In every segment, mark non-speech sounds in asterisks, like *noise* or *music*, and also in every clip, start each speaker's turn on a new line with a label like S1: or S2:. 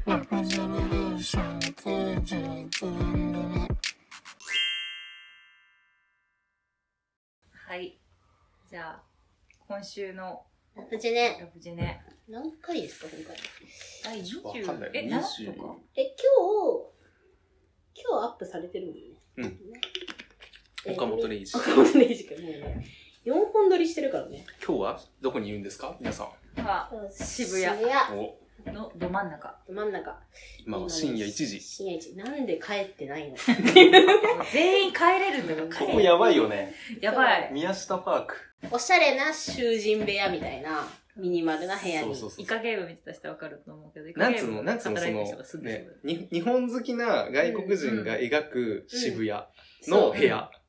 S1: ージェネレーション91年組
S2: はい。じゃあ、今週の
S3: ラブジェネ
S2: ラブジェネ、
S3: 何回ですか今回
S2: 第20、
S4: わかんない
S2: え、7とか
S3: え今日今日アップされてるもんね
S4: うん
S3: ね
S4: 岡本零士
S3: 岡本零士君もうね4本撮りしてるからね
S4: 今日はどこにいるんですか皆さん。
S2: は、渋谷
S3: 渋谷
S4: お、
S2: のど真ん中。
S3: ど真ん中
S4: 今は深夜1時。
S3: 深夜1時なんで帰ってないの
S2: 全員帰れるんだ
S4: *laughs*
S2: から帰
S3: こ
S2: れ
S3: こ
S2: る。
S3: やばい
S4: よね。
S2: やばい。
S4: 宮下パーク。
S3: おしゃれな囚人部屋みたいなミニマルな部屋に
S4: そうそうそう
S2: イ。カゲーム見てた人わかると思うけど、イカ
S4: なん
S2: ゲ
S4: つ
S2: ー
S4: う
S2: ム
S4: の、なんつうの、そ
S2: 働いてる人
S4: の
S2: がす、ぐ
S4: ね
S2: す、
S4: に日本好きな外国人が描く渋谷
S3: そう
S4: の部屋。
S3: うん、
S2: ぐ。うん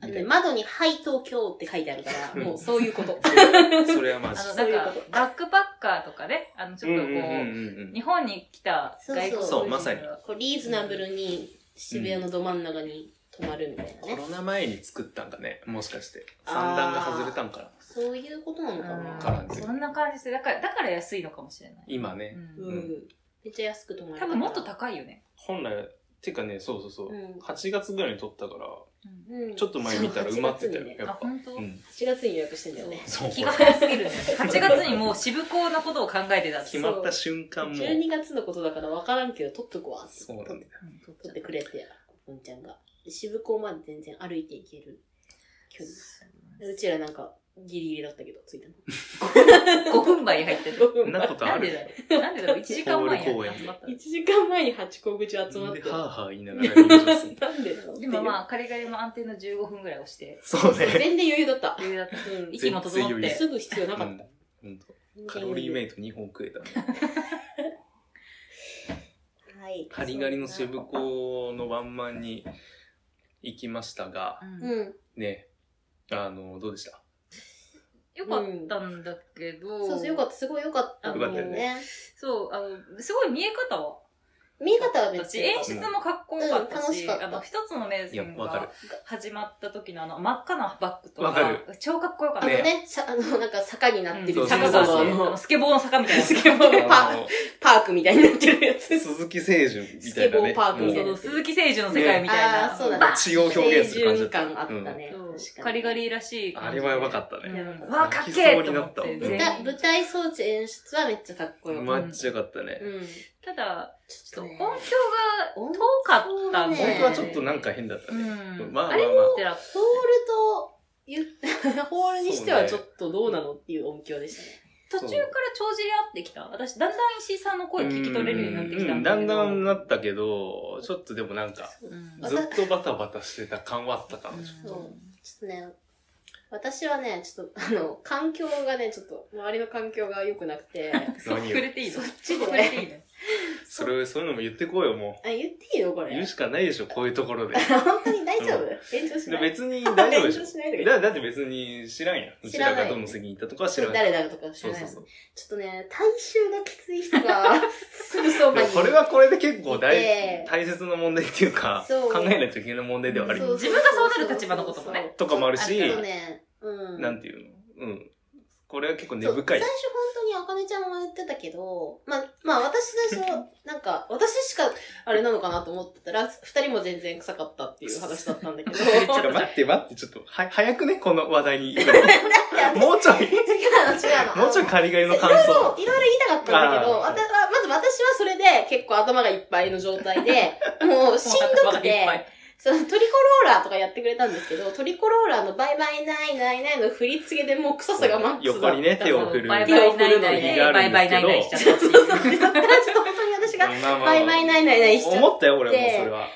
S3: あとね窓に「はい東京」って書いてあるから
S4: うん
S3: もうそういうこと
S4: それは *laughs* マジ
S2: あ。の、
S3: そ
S2: な
S3: うんいう
S2: か
S3: こ、
S2: バックパッカーとかね、あの、ちょっとこう、日本に来た外国人が
S3: そうそう
S4: まさに
S3: こうリーズナブルに渋谷のど真ん中に泊まるみたいなね、
S4: コロナ前に作ったんかね、もしかして。三段が外れたんかな。
S3: そういうことなのかな、
S4: から
S2: うんそんな感じですだから、だから安いのかもしれない。
S4: 今ね、
S3: うん
S2: うん
S3: めっちゃ安く泊ま
S2: 多
S3: れた
S2: 分もっと高いよね。
S4: 本来、てかね、そうそうそうう。
S3: ん
S4: 8月ぐらいに撮ったから、
S3: うん
S4: ちょっと前見たら埋まってたよ、や
S2: あ、
S4: っぱ。
S2: 本当
S4: う。ん。
S3: 8月に予約してんだよね
S4: そう。
S2: 気が早すぎるね。8月にもう渋港のことを考えてたって
S4: 決まった瞬間もう。
S3: 12月のことだから分からんけど取っとくわ
S4: そうなんだよ。
S2: うん
S3: 取ってくれて文ちゃんが渋港まで全然歩いていける距離うちらなんかギリギリだったけど着いたの
S2: 5分前に入ってる。
S3: 5分
S4: な
S3: *laughs*
S4: こと
S2: な
S4: あ
S2: んで
S4: る
S2: だろう。なんでだろう。1時間前に集まったの
S3: 1。時間前に八甲口集
S4: で、
S3: ま
S4: は
S3: って
S4: ぁはぁ言いながら入場する。
S3: なんでだろうって
S2: で
S3: いう
S2: もまあ、カリカリも安定の15分ぐらいをして、
S4: そうね。
S3: 全然余裕だった、
S2: 余裕だった。
S4: *laughs*
S3: うん
S2: 息も整っ
S4: 全然余裕
S2: て。
S3: すぐ必要なかった、
S4: うんほんとカロリーメイト2本食えたね。
S3: はい
S4: カリガリの渋港のワンマンに行きましたが
S2: う、
S3: うんん
S4: ね、あの、どうでした
S2: よかったんだけど、
S3: そうそうよかったすごいよかった
S4: よかったよ
S3: ね
S2: そう、あの、すごい見え方は。
S3: 見え方はめっ
S2: 私
S3: ちゃ良か
S2: 演
S3: っ
S2: 出もかっこよかった
S3: うん楽し
S2: し、
S3: かった
S2: あの、一つの名
S4: いや、
S2: 人
S4: わかる
S2: が。始まった時のあの、真っ赤なバッグと
S4: わかる
S2: 超かっこよかった
S3: たあ。の
S4: ね
S3: ねさあのなんか坂になって
S4: う
S3: る
S4: ん
S3: 坂
S2: 坂
S3: が
S2: が
S3: あ
S2: あって、あ
S3: の
S2: のスケボーの坂みたいな。
S3: スケボーのパ
S4: あ
S3: ー
S4: の
S3: パークみたいになってるやつ
S4: 鈴木清純みたいな
S3: スケボー
S4: ね
S3: パークみたいな
S4: も
S2: そう鈴木誠樹の世界みたい
S3: あ
S2: な。
S3: ーそうだね
S2: バッ
S4: 血を表現する感じだった。
S3: 感あったね、
S2: そう
S3: 確かに
S2: カリガリらしい
S4: あれはやばか
S2: っ
S4: った
S2: う
S4: ね。
S2: ん、わあ、かっけえと思って
S4: 泣きそう
S2: 全員
S3: 舞
S4: になった
S3: 台舞台装置演出はめっちゃかっこよかった、
S4: まっちゃかったね。
S3: うん
S2: ただ、
S3: ち
S2: ちょっと
S3: ね
S2: 音響が
S3: 音
S2: 遠かったん
S3: ね
S2: で。
S4: 本当はちょっとなんか変だった
S2: う
S4: ね。
S2: ん。
S4: まあまあまあ
S2: あれもってな
S3: ホールとゆ *laughs* ホールにしてはちょっとどうなのっていう音響でしたね
S2: 途中から帳尻合ってきた。私、だんだん石井さんの声聞き取れるようになってきた
S4: うん
S2: だ
S4: だ
S2: け
S4: ん
S2: ど。
S4: だんなったけど、ちょっとでもなんか、
S2: うん。
S4: ずっとバタバタしてた感はあったかもし
S3: そうちょっとね、私はね、ちょっと、あの、環境がね、ちょっと、周りの環境が良くなく
S4: *laughs*
S3: て、
S2: そう
S4: 何を
S2: 触れていいのそっ
S3: ちで
S2: 触れていいの
S4: それ、そういうのも言ってこうよ、も
S3: あ、言っていいのこ
S4: う。
S3: れ。
S4: 言うしかないでしょ、こういうところで。
S3: 本当に大丈夫
S4: う
S3: 炎上し
S4: で
S3: ない。
S4: 別 *laughs* に大丈夫でし
S3: 炎上しないで
S4: ょ。だだって別に知らんやん。う
S3: 知
S4: ち
S3: らない
S4: らがどの席に行ったとかは知らん。
S3: 誰だとか知
S4: そ
S3: ら
S4: う
S3: ない
S4: そう
S3: の
S4: そう。
S3: ちょっとね、体臭がきつい人
S4: *laughs*
S3: が、すぐそば
S4: で
S3: に
S4: も。これはこれで結構
S3: いて
S4: 大大切な問題っていうか、
S3: そう
S4: 考えないといけない問題ではある
S3: そう
S2: 自分がそうなる立場のこともね。
S4: とかもある
S2: そう
S4: し
S3: ちょっ、とね、うん。
S4: なんていうのうん。これは結構根深い
S3: そう最。初本当にあかねちゃんも言ってたけど、まあ、まあ私最初、なんか、 *laughs* 私しかあれなのかなと思ってたら、二人も全然臭かったっていう話だったんだ
S4: *laughs*
S3: けど。
S4: てか待って待 *laughs* って、ちょっと、は、早くね、この話題に行く
S3: や
S4: の。もうちょい、
S3: 違うの、違うの。
S4: もうちょいカリガリの感
S3: いろい
S4: 想。
S3: ろいろいろ言いたかったんだけど、
S4: あー
S3: わたあまず私はそれで結構頭がいっぱいの状態
S4: *laughs*
S3: で、もうしんどく
S2: いっぱ
S3: て、
S2: い
S3: そのトリコローラーとかやってくれたんですけど、トリコローラーのバイバイないないないの振り付けでもう臭さがマックスだった
S4: 横にね手を振る
S2: バイバイないないで、バイバイないないしちゃったって
S4: *laughs*
S2: いう。
S3: だからちょっと本当に私が、
S4: まあまあ
S3: バイバイないないないしちゃって
S4: 思ったよ、俺もそれは。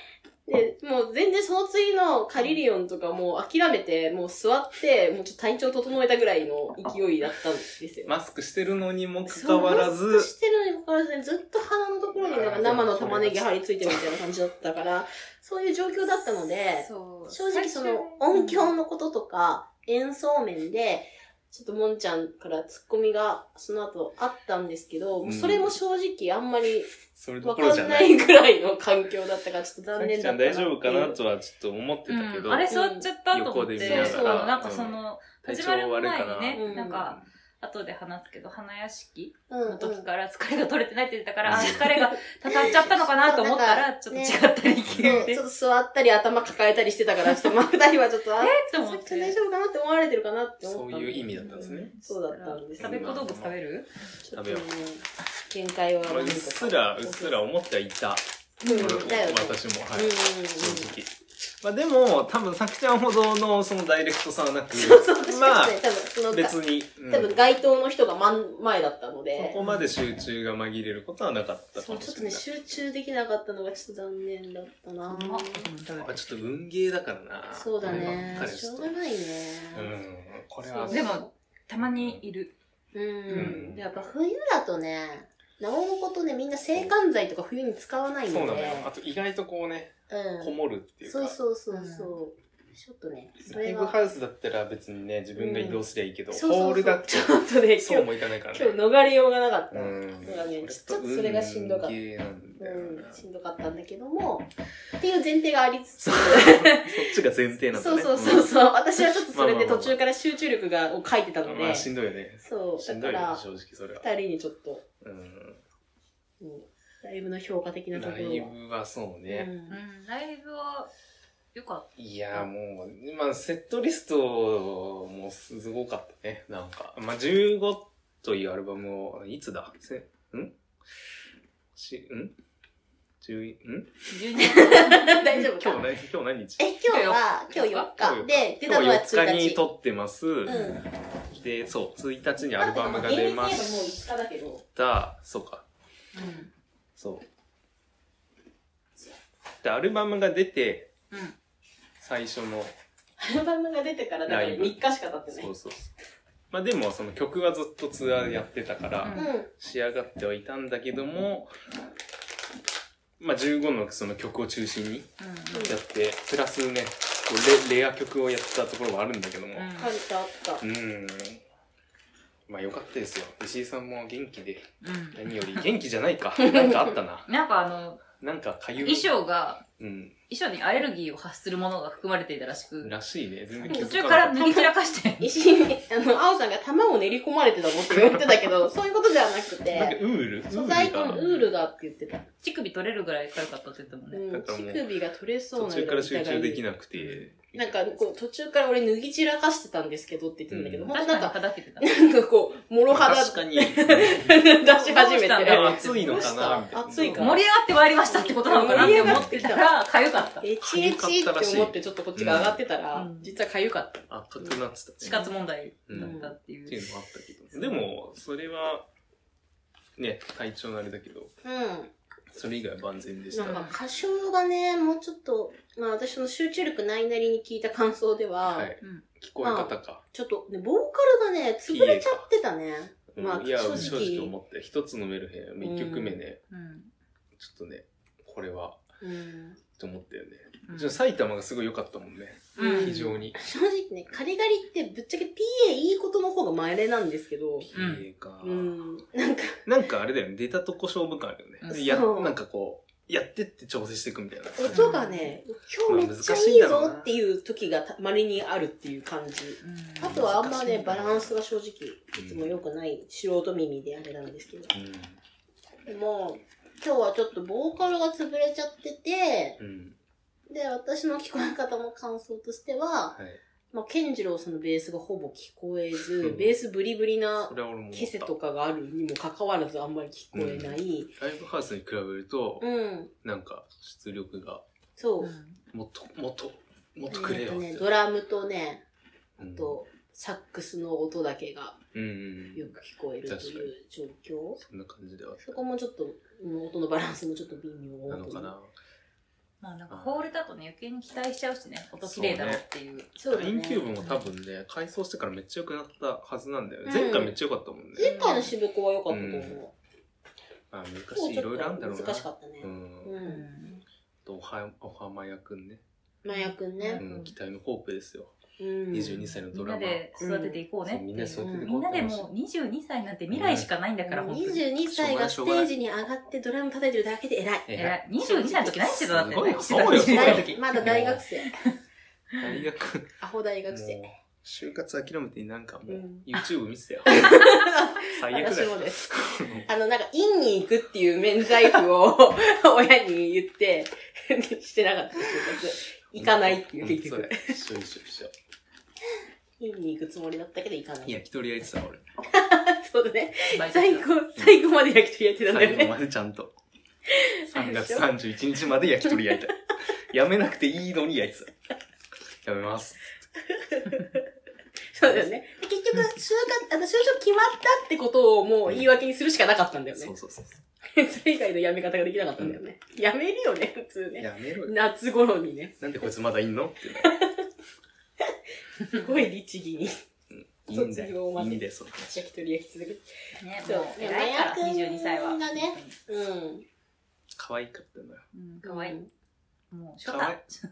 S3: でもう全然その次のカリリオンとかもう諦めて、もう座って、もうちょっと体調整えたぐらいの勢いだったんですよ。
S4: マスクしてるのにもかかわら
S3: マスク
S4: ず、
S3: してるにもかかわらずね、ずっと鼻のところになんか生の玉ねぎ張り付いてるみたいな感じだったから、そういう状況だったので、
S2: そう
S3: 正直その音響のこととか演奏面で、ちょっともんちゃんからツッコミがその後あったんですけど、
S4: うん
S3: それも正直あんまり
S4: それど
S3: わ
S4: こ
S3: か
S4: ろじゃ
S3: ん
S4: な。
S3: ないいぐらいの環境だったからちょっと
S4: さ
S3: 残
S4: き
S3: 念
S4: ち
S3: だ
S4: ゃ
S3: っ
S4: ん
S3: たな
S4: 大
S3: ってい
S4: 丈
S3: う
S4: 夫かなとはちょっと思ってたけ
S2: う
S4: ど、
S2: んあれ座っちゃったと思って、
S4: 横で見ながら
S2: そうそう、なんかその、
S4: 体
S2: 始
S4: 調
S2: まる
S4: 悪い
S2: 前
S4: か
S2: に
S4: な。
S2: ね、
S3: うん
S2: なんか、後で話すけど、花屋敷
S3: うんう
S2: の
S3: ん
S2: 時から疲れが取れてないって言ったから、あ疲れがたたっちゃったのかなと思ったら、ちょっと違ったり聞
S3: そう
S2: い
S3: ち
S2: て
S3: ょ。っと座ったり頭抱えたりしてたから、ちょっとまあ二人はちょっと、あ、
S2: えっと思
S3: 佐
S2: っ
S3: 々木さん大
S2: て。
S3: 丈夫かなって思われてるかなって思
S4: そ
S3: っ
S4: う
S3: たんだけど。
S4: いう意味だったんですね。
S3: そうだったんです
S2: 食べっ子動物食べる
S3: ちょっ
S4: 食べ
S3: と
S4: よう
S3: もう限界は
S4: まあうっすら、うっすら思ってはいた。
S3: うん、だよね。
S4: 私も、は
S3: うん
S4: い
S3: うん。
S4: 正直。まあでも、多分、さくちゃんほどのそのダイレクトさはなく、
S3: うんそう、
S4: まあ
S3: 確かにね、多分そのが、
S4: 別に、うん
S3: 多分街頭の人が真ん前だったの
S4: そ
S3: で
S4: こ、まで集中が紛れることはなかったか
S3: そう
S4: も
S3: ちょっ
S4: し
S3: とね、
S4: れない。
S3: 集中できなかったのがちょっと残念だったな
S2: うまうん
S4: あちょっと運ゲーだからな。
S3: そうだね
S4: こればっか。り
S3: し
S4: ちょ
S3: ょ
S4: っ
S3: う
S4: と
S3: がないね。
S4: うん。これは
S3: そう
S2: でも、たまにいる。
S3: うん
S4: うん
S3: やっぱ冬だとね、なおのことね、みんな制汗剤とか冬に使わないんで。
S4: そうなんだよ。あと意外とこうね、こ
S3: うん。
S4: もるっていうか。
S3: そうそうそうそう。ちょっとね、そ
S4: ラ
S3: れ
S4: イブ
S3: が。
S4: ハウスだったら別にね、自分が移動すりゃいいけど、
S3: そうそうそう
S4: ホールだって
S3: ちょっとね、
S4: そ
S3: 今
S4: う
S3: 日、
S4: もいかないからね。
S3: 今日逃れようがなかった。うん、
S4: うん。
S3: だからね
S4: こ
S3: ちょっとそれがしんどかった
S4: 運ゲーなんだよな
S3: しんどかったんだけども、っていう前提がありつつ
S4: そ、っちが前提なんだ
S3: そう
S4: ね。
S3: そうそう
S4: う
S3: そう、私はちょっとそれで
S4: *laughs* まあまあまあま
S3: 途
S4: あ
S3: 中から集中力が、を書いてたの
S4: ん。ま
S3: で
S4: あ、、しんどいよね。
S3: そう、
S4: し
S3: だ
S4: んど
S3: か
S4: いよね
S3: ら、
S4: 正直それは。
S3: 二人にちょっと、
S4: うん。
S3: うんライブの評価的なとこ
S4: ラ
S3: ろを。
S4: イブはそうね。
S3: うん *laughs*
S2: うん、ライブは、よかっ
S4: いや、もう、まあ、セットリストもすごかったね。なんか、まあ、15というアルバムを、いつだせんし、ん ?11、ん
S2: た。12月
S3: 大丈夫
S4: 今日
S3: か
S4: 何、今日何日
S3: え、今日は、今日4日で、出
S4: 今
S3: た
S4: 日
S3: のは
S4: 4日
S3: 1
S4: に
S3: 日。
S4: 撮ってます。
S3: うん。
S4: で、そう、1日にアルバムが出ま
S3: もう
S4: し
S3: 5日だけど。
S4: た。そうか、そう。で、アルバムが出て、
S2: うん。うん。
S4: 最初の、
S3: アルバムが出てからだから
S4: ライ
S3: 3
S4: ブ
S3: 日しか経ってない
S4: そう。そうそう。まあでも、その曲はずっとツアーでやってたから、
S2: うん
S3: う
S4: 仕上がってはいたんだけども、まあ、15のその曲を中心に
S2: う
S4: やって、プラスね、こうレレア曲をやってたところはあるんだけども、
S2: ん。うん
S3: ん。感じたあった。
S4: うん、まあよかったですよ。石井さんも元気で、
S2: うん
S4: 何より元気じゃないか。なんかあったな。
S2: なんかあの、
S4: なんかかゆい。
S2: 衣装が、
S4: うん。
S2: 衣装にアレルギーを発するものが含まれていたらしく、
S4: らしいね。全然気
S2: 途
S4: づ
S2: 中
S4: か
S2: か
S4: なからっ
S2: 塗り散らかして、 *laughs*
S3: 石井に、あの、青さんが玉を練り込まれてたのって言ってたけ
S4: *laughs*
S3: ど、そういうことじゃなく
S4: た。なんか
S3: て、
S4: ウール
S3: 素材と
S4: ウールが
S3: ウールがって言ってた。
S2: 乳首取れるぐらい痒かったって言ったもんね。
S3: う
S4: だ
S3: ん、
S4: からもう
S3: 乳首が取れそう
S4: 途
S3: な
S4: 中から集中でき
S3: な
S4: なくて。
S3: なんか、こう、途中から俺脱ぎ散らかしてたんですけどって言ってたんだけど、
S4: う
S3: ほんと
S2: 確
S3: なん
S2: かに
S3: か、
S2: 叩けてた。
S3: なんかこう、もろ肌
S4: 確
S3: *laughs*
S4: かに。
S3: 出し始め
S2: どうしたん
S3: て
S2: だ。ろう
S4: 暑いのかなみたいな。
S3: 暑いから
S2: 盛り上がってまいりましたってことなのかなって思って *laughs* たら、痒かった。
S3: えちえちって思ってちょっとこっちが上がってたら、
S2: うん
S3: 実は痒かった。
S4: 赤くなってたね。
S2: 死活問題だったってい。
S4: っていううのもあったけど。 *laughs* でも、それは、ね、体調のあれだけど、
S3: うん。
S4: それ以外は万全でし
S3: な
S4: た。
S3: んか歌唱がね、もうちょっと、まあ私の集中力ないなりに聞いた感想では、
S4: はい。
S2: うん
S4: 聞こえ方か。
S3: ちょっとね、ボーカルがね、潰れちゃってたね。まあ
S4: うんいや、
S3: 正直
S4: 正直思って、一つのメルヘン、一曲目ね、
S2: うん。
S4: ちょっとね、これは、
S3: うん。
S4: と思ったよね。
S2: うん
S4: じゃあ埼玉がすごい良かったもんね。
S2: うん
S4: 非常に。
S3: 正直ね、カリガリってぶっちゃけ PA いいことの方が稀なんですけど、
S2: うん
S4: PA か
S3: う。ん。なんか、
S4: なんかあれだよね、出たとこ勝負感あるよね。
S2: う
S4: で
S3: ん
S4: や、
S3: そう
S4: なんかこう、やってって調整していくみたいな。
S3: 音がね、今日めっちゃいいぞっていう時がたまれにあるっていう感じ。あとはあんまね、バランスが正直、いつも良くない、素人耳であれなんですけど。でも、今日はちょっとボーカルが潰れちゃってて、
S4: うん。うん。
S3: で、私の聞こえ方の感想としては、
S4: はい。
S3: まあ、ケンジロウさんのベースがほぼ聞こえ
S4: う
S3: ず
S4: ん、
S3: ベースブリブリな
S4: これは俺も思った。
S3: ケセとかがあるにもかかわらずあんまり聞こえない。
S4: ライブハウスに比べると、
S3: うん。
S4: なんか、出力が、
S3: そう。
S4: もっと、もっと、もっとく
S3: え
S4: れ
S3: ー
S4: よ
S3: と
S4: っ
S3: ね、
S4: て。
S3: ドラムとね、
S4: うん
S3: あと、サックスの音だけが
S4: うんうんう
S3: よ
S4: ん。
S3: く聞こえるという状況。
S4: そんな感じではあっ
S3: そこもちょっと、うん音のバランスもちょっと微妙
S4: たなのかな。
S2: まあなんかホールだとね、余計に期待しちゃうしね、音綺麗だろっていう。
S3: そうだ
S4: インキューブ
S3: ね。
S4: も多分ね、改装してからめっちゃ良くなったはずなんだよね。
S3: うん
S4: 前回めっちゃ良かったもんね。
S3: 前回の渋子は良かったと思う。
S4: うんあ難
S3: 今
S4: しい。
S3: 日
S4: い
S3: ちょ
S4: ろいろある
S3: っ
S4: んだろう
S3: と
S4: な。
S3: 難しかったね
S4: う。。
S3: うんん。
S4: と、おは、おはまやくんね。
S3: マヤくん
S4: う
S3: ね。
S2: うん
S4: ん。期待のホープですよ。
S3: うん。
S4: 22歳の
S2: み
S4: ド
S2: ん
S4: ラ
S2: な
S4: マ。
S2: で育てていこうね
S4: そう
S2: って
S4: み
S2: い
S4: んな
S2: う
S4: で育ててい
S2: み
S4: こ
S2: ん
S4: う
S2: な
S4: って
S2: で
S4: 話
S2: もう22歳なんて未来しかないんだから、本当に。
S3: 22歳がステージに上がってドラム叩いてるだけで偉い。
S4: え
S2: え22歳の時何してたんだって
S4: すごい
S2: 何してた22
S4: そうよ
S2: 歳の
S4: そ
S2: 時。
S3: まだ大学生。
S4: 大学、
S3: アホ大学
S4: も
S3: 生。
S4: う就活諦めてなんかも
S3: う
S4: う、
S3: ん
S4: YouTube 見て
S3: *laughs*
S4: たよ。最悪だ
S3: 私
S4: よ。
S3: もです。あの、なんか、院に行くっていう免罪符を *laughs* 親に言って、してなかったです就活行かないっていう、結
S4: うん
S3: 局
S4: そ。れ一緒一緒一緒。
S3: 院に行くつもりだったけど行かない。
S4: いや、一人焼いてたわ、俺。
S3: *laughs* そうだね。
S2: バイト
S3: 最後、最後まで焼き鳥やってたんだよ
S4: 最後
S3: ね。
S4: までちゃんと。
S3: あれ
S4: 3
S3: でし
S4: 月
S3: ょ
S4: 31日まで焼き鳥焼いた。やめなくていいのに焼いてた。やめます。
S3: *laughs* そうだよね。結局、就活、あの、就職決まったってことをもう言い訳にするしかなかったんだよね
S4: そ。うそうそう。
S3: それ以外の辞め方ができなかったんだよね。辞めるよね、普通ね。
S4: やめろよ。
S3: 夏頃にね。
S4: なんでこいつまだいんのってな。
S3: すごい律儀に
S4: いいんだ
S3: 卒業
S4: よ。
S3: ま
S4: い
S3: で
S4: いんだよ、その話。
S3: 焼き鳥焼き続けて。
S2: ね、
S3: そ
S2: も
S3: う
S2: う、偉いから、22歳は。
S3: がね。うん。
S4: 可愛かったのよ。
S2: うん、かわいい。もう、初
S4: かわい
S2: 夏。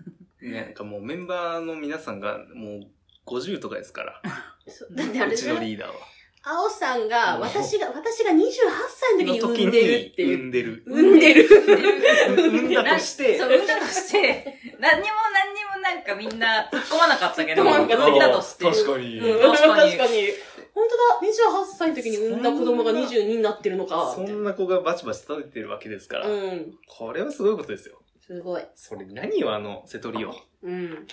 S4: ねなんかもうメンバーの皆さんがもう50とかですから。
S3: そうだってあれ
S4: うち
S3: じゃ
S4: の
S3: ない
S4: リーダーは。
S3: 青さんが、
S4: うん
S3: 私が、私が28歳の時に産んでるっていう。
S4: 産んでる。
S3: 産んでる。
S4: 産んだとし
S2: *laughs*
S4: て
S2: そう、産んだとして、何にも何にもなんかみんな突っ込まなかったけど、
S3: 突っ込まなかった
S2: 産んだとして。
S4: 確かに。
S3: うん
S2: 確かに
S3: 確かに。本当だ。28歳の時に産んだ子供が22になってるのか。
S4: そんな子がバチバチ食べてるわけですから、
S3: うん。
S4: これはすごいことですよ。
S3: すごい。
S4: それ何よ、あの、瀬戸リオ。
S3: うん。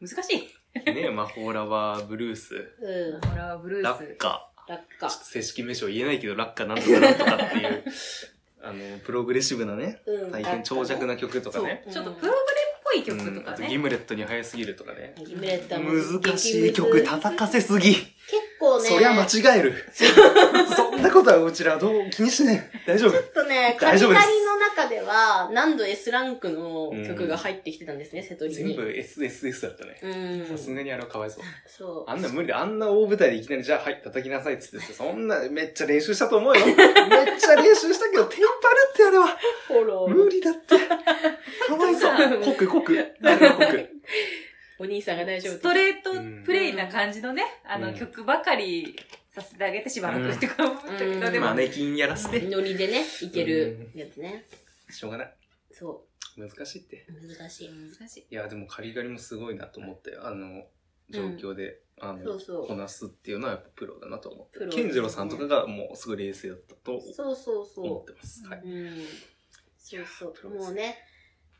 S2: 難しい。
S4: ね、魔法ラバー、ブルース、
S3: うん。
S2: ほら、ブルー
S4: ラ
S2: ス。
S4: ッカ。
S3: 落
S4: ちょ
S3: 下
S4: っ。と正式名称言えないけど、ラッカなんとかなんとかっていう、あの、プログレッシブなね、
S3: うん。
S4: 大変長尺
S3: な
S4: な曲とかね。
S2: ちょっとプログレっぽい曲
S4: う
S2: と
S4: ん、あ
S2: か
S4: とギ
S2: ね。
S4: ムレットに早すぎるとかね。
S3: ギブレットも
S4: 難しい曲
S3: 結
S4: 叩かせすぎ。
S3: 構ね。
S4: そりゃ間違える。そんなことはうちらどう気にしない。大丈夫
S3: ちょ。っとね、カ
S4: 大
S3: リ
S4: 丈
S3: カ
S4: 夫
S3: リ
S4: です
S3: の中では、何度 S ランクの曲が入ってきてたんですね、瀬戸リ
S4: 全
S3: に
S4: 部。SSS だったね。
S3: うん。
S4: さすがにあれはかわいそう。
S3: そう。
S4: あんな無理だ。あんな大舞台でいきなりじゃあはい叩きなさいっつってさ、そんなめっちゃ練習したと思うよ。めっちゃ練習したけど、テンパるってあれは
S3: フォロ
S4: 無
S3: ー。
S4: 理だって。 *laughs* かわいそう。濃く濃く。あ *laughs* れは濃く。
S3: お兄さんが大丈夫。
S2: ストレートプレイな感じのね、あ
S4: う
S2: の
S4: ん
S2: 曲ばかりさせてあげてしばらくってか思ったけ
S3: う
S2: ど、
S3: ん
S2: でも
S4: マ、ネキンやらせて。
S3: ノリでね、いけるやつね。
S4: しょうがない。
S3: そ
S4: 難しいって。
S3: う。難しい。
S2: 難しい。
S4: いや、でもカリガリもすごいなと思ったよ。あの、状況で、あの、
S3: そうそう
S4: こなすっていうのはやっぱプロだなと思って
S3: プ。ロ
S4: 健次郎さんとかがもうすごい冷静だったと
S3: そうそう
S4: 思っ
S3: そ
S4: てます。
S2: そう
S4: はい。
S3: う。うん。そうそう。もうね、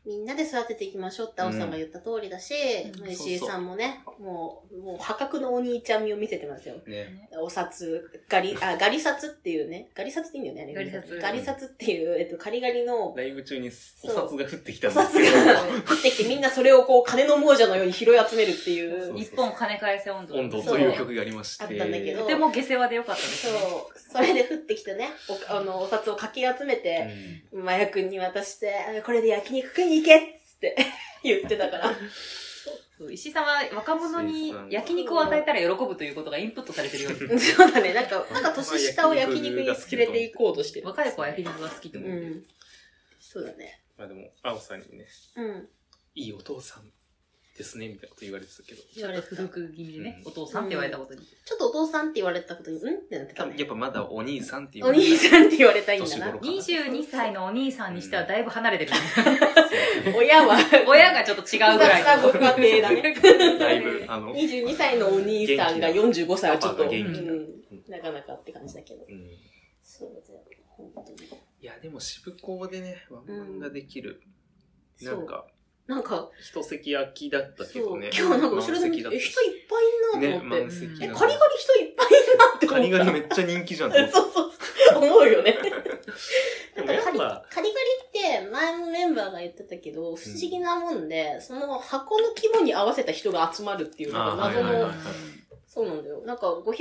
S3: みんなで育てていきましょうって青さんが言った通りだし、
S2: うん
S3: うん石井さんもね、もう、もう破格のお兄ちゃん味を見せてますよ。
S4: ね。
S3: お札、ガリ、あ、ガリ札っていうね、ガリ札っていいんだよね、あれ
S2: ガリ札
S3: ガリ札っていう、えっと、カリガリの、
S4: ライブ中にお
S3: そう
S4: 札が降ってきた
S3: お
S4: んで
S3: 札
S4: すけど、
S3: が降ってきてみんなそれをこう、金の亡者のように拾い集めるってい
S4: そう
S3: う、
S2: 日本金返せ温度。
S4: 温度という曲がありまして。
S3: あったんだけど
S2: とても下世話でよかったです
S3: そ
S2: ね。
S3: う、それで降ってきてね、おあの、お札をかき集め
S4: う
S3: て、
S4: ん
S3: 麻也くんに渡して、あこれで焼肉食いに行けっつって言ってたから。
S2: そう石井さんは若者に焼肉を与えたら喜ぶということがインプットされてるよう
S3: そうだね、なんか、なんか年下を焼肉に連れて行こうとして
S2: に。
S3: る。
S2: 若い子は焼肉が好きと
S3: う
S2: 思う。
S3: ん。そうだね。
S4: まあでも、青さんにね、
S3: うん。
S4: いいお父さんですね、みたいなこと言われてたけど、
S2: ちょっと不服気味でね、お父さんって言われたことに。
S3: ちょっとお父さんって言われたことに、うんってなって
S4: 多
S3: た
S4: 分
S3: ね
S4: や。っぱまだお兄さんっていう
S3: お兄さんって言われたいんだ
S4: 年
S3: な
S4: 頃。かな。
S2: 22歳のお兄さんにしてはだいぶ離れてる。
S3: 親は、
S2: 親がちょっと違うぐらい。
S3: 複雑なご家庭だね *laughs*
S4: だいぶ、あの、
S3: 22歳のお兄さんが
S4: 元
S3: 45歳はちょっと、
S4: パパが
S2: 元気だ
S3: うんなかなかって感じだけど。
S4: うんい
S3: そうだよ、本当に。
S4: や、でも渋港でね、ワンマンができる、
S3: そ
S4: なん
S3: う。
S4: か、
S3: なんか、
S4: 一席空きだった
S3: そ
S4: けど
S3: う、今
S4: ね。
S3: 日なんか後ろで見
S4: 満席だ
S3: て、
S4: っ
S3: え、
S4: たし
S3: 人いっぱいいるな
S4: ね、
S3: と思って
S4: 満。席
S3: え、
S4: なの
S3: カリガリ人いっぱいいるなって思った。
S4: カリガリめっちゃ人気じゃんと思っ
S3: *laughs*
S4: て。
S3: そうそうそう、思うよね。な
S4: で
S3: んか
S4: もやっ
S3: カリ
S4: ぱ、
S3: カリガリって前のメンバーが言ってたけど、不思議なもんで、その箱の規模に合わせた人が集まるっていう、なんか謎
S4: あーはいはいは
S3: の
S4: い
S3: そうなんだよ。なんか500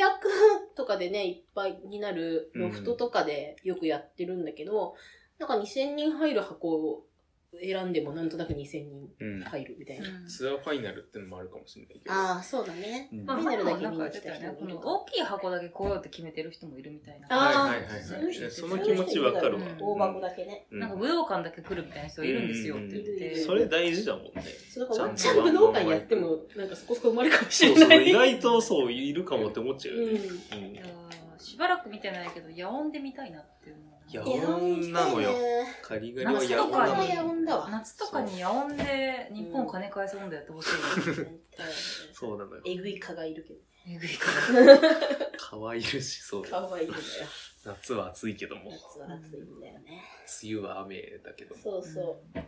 S3: とかでね、いっぱいになるロフトとかでよくやってるんだけど、なんか2000人入る箱を選んでもなんとなく2000人
S4: うん。
S3: 入るみたいな。
S4: ツアーファイナルってのもあるかもしれないけど。
S3: ああ、そうだね。
S4: うん
S2: まあ、
S3: ファイ
S2: な
S3: ナ
S2: ん
S3: ル
S2: か言っ
S3: だけ見に行
S2: て
S3: きた
S2: た
S3: い
S2: よ
S3: な
S2: ね。この大きい箱だけ来ようって決めてる人もいるみたいな。
S3: あー
S4: はいはいはい
S3: そう
S4: はいいう
S3: 人
S4: い
S3: いる
S4: や。その気持ちわかる
S2: う
S4: わ。
S2: ん
S3: 大箱だけね。
S4: うん
S2: なんか武道館だけ来るみたいな人いるんですよって言って
S3: うん
S2: て。
S4: それ大事だもん
S3: *laughs*
S4: ね。
S3: そうだからワンチ
S4: ちゃ
S3: ャン
S4: んと
S3: 武道館やっても、なんかそこそこ埋まるかもし
S4: そ
S3: れ
S4: うそう、
S3: ない。
S4: 意外とそう、いるかもって思っちゃう
S3: う
S4: よ
S3: ん
S4: ね。。うん
S2: いやーしばらく見てないけど、野音で見たいなっていうのは
S4: や
S3: いや
S4: おんなのよ。カリガリはやおんな
S3: これ
S4: の
S3: は
S2: 夏
S3: や
S4: よ。
S3: おんだわ。
S2: 夏とかに夜音で日本金返そうもんだやってほしいよね。
S4: そうなのよ。
S3: えぐい蚊がいるけど。
S2: えぐいから。
S4: 可愛いるし、そうだよ。
S3: 蚊はいるんだよ。
S4: 夏は暑いけども、
S3: 夏は暑いんだよね。
S4: 梅雨は雨だけども。
S3: そうそう。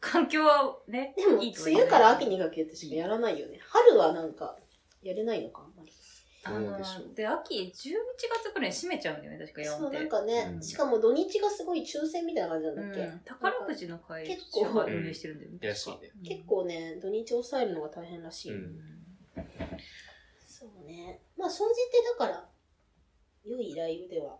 S2: 環境はね、
S3: でも、
S2: いい
S3: 梅
S2: とは言えない
S3: 雨から秋にかけてしかやらないよね。春はなんか、やれないのか、あんまり。
S2: あ
S4: どうでしょう
S2: ので、秋、11月くらいに閉めちゃうんだよね、確か夜
S3: そ
S2: 音っ
S3: う、
S2: て
S3: なん。かね
S4: う、ん
S3: しかも土日がすごい抽選みたいな感じなんだっけ。
S2: うん宝くじの会社
S3: 結構
S2: が運営してるんだよね。
S4: らしいね。
S3: 結構ね、土日抑えるのが大変らしい。
S4: う
S2: うんん
S3: そうね。まあ、損じてだから、良いライブでは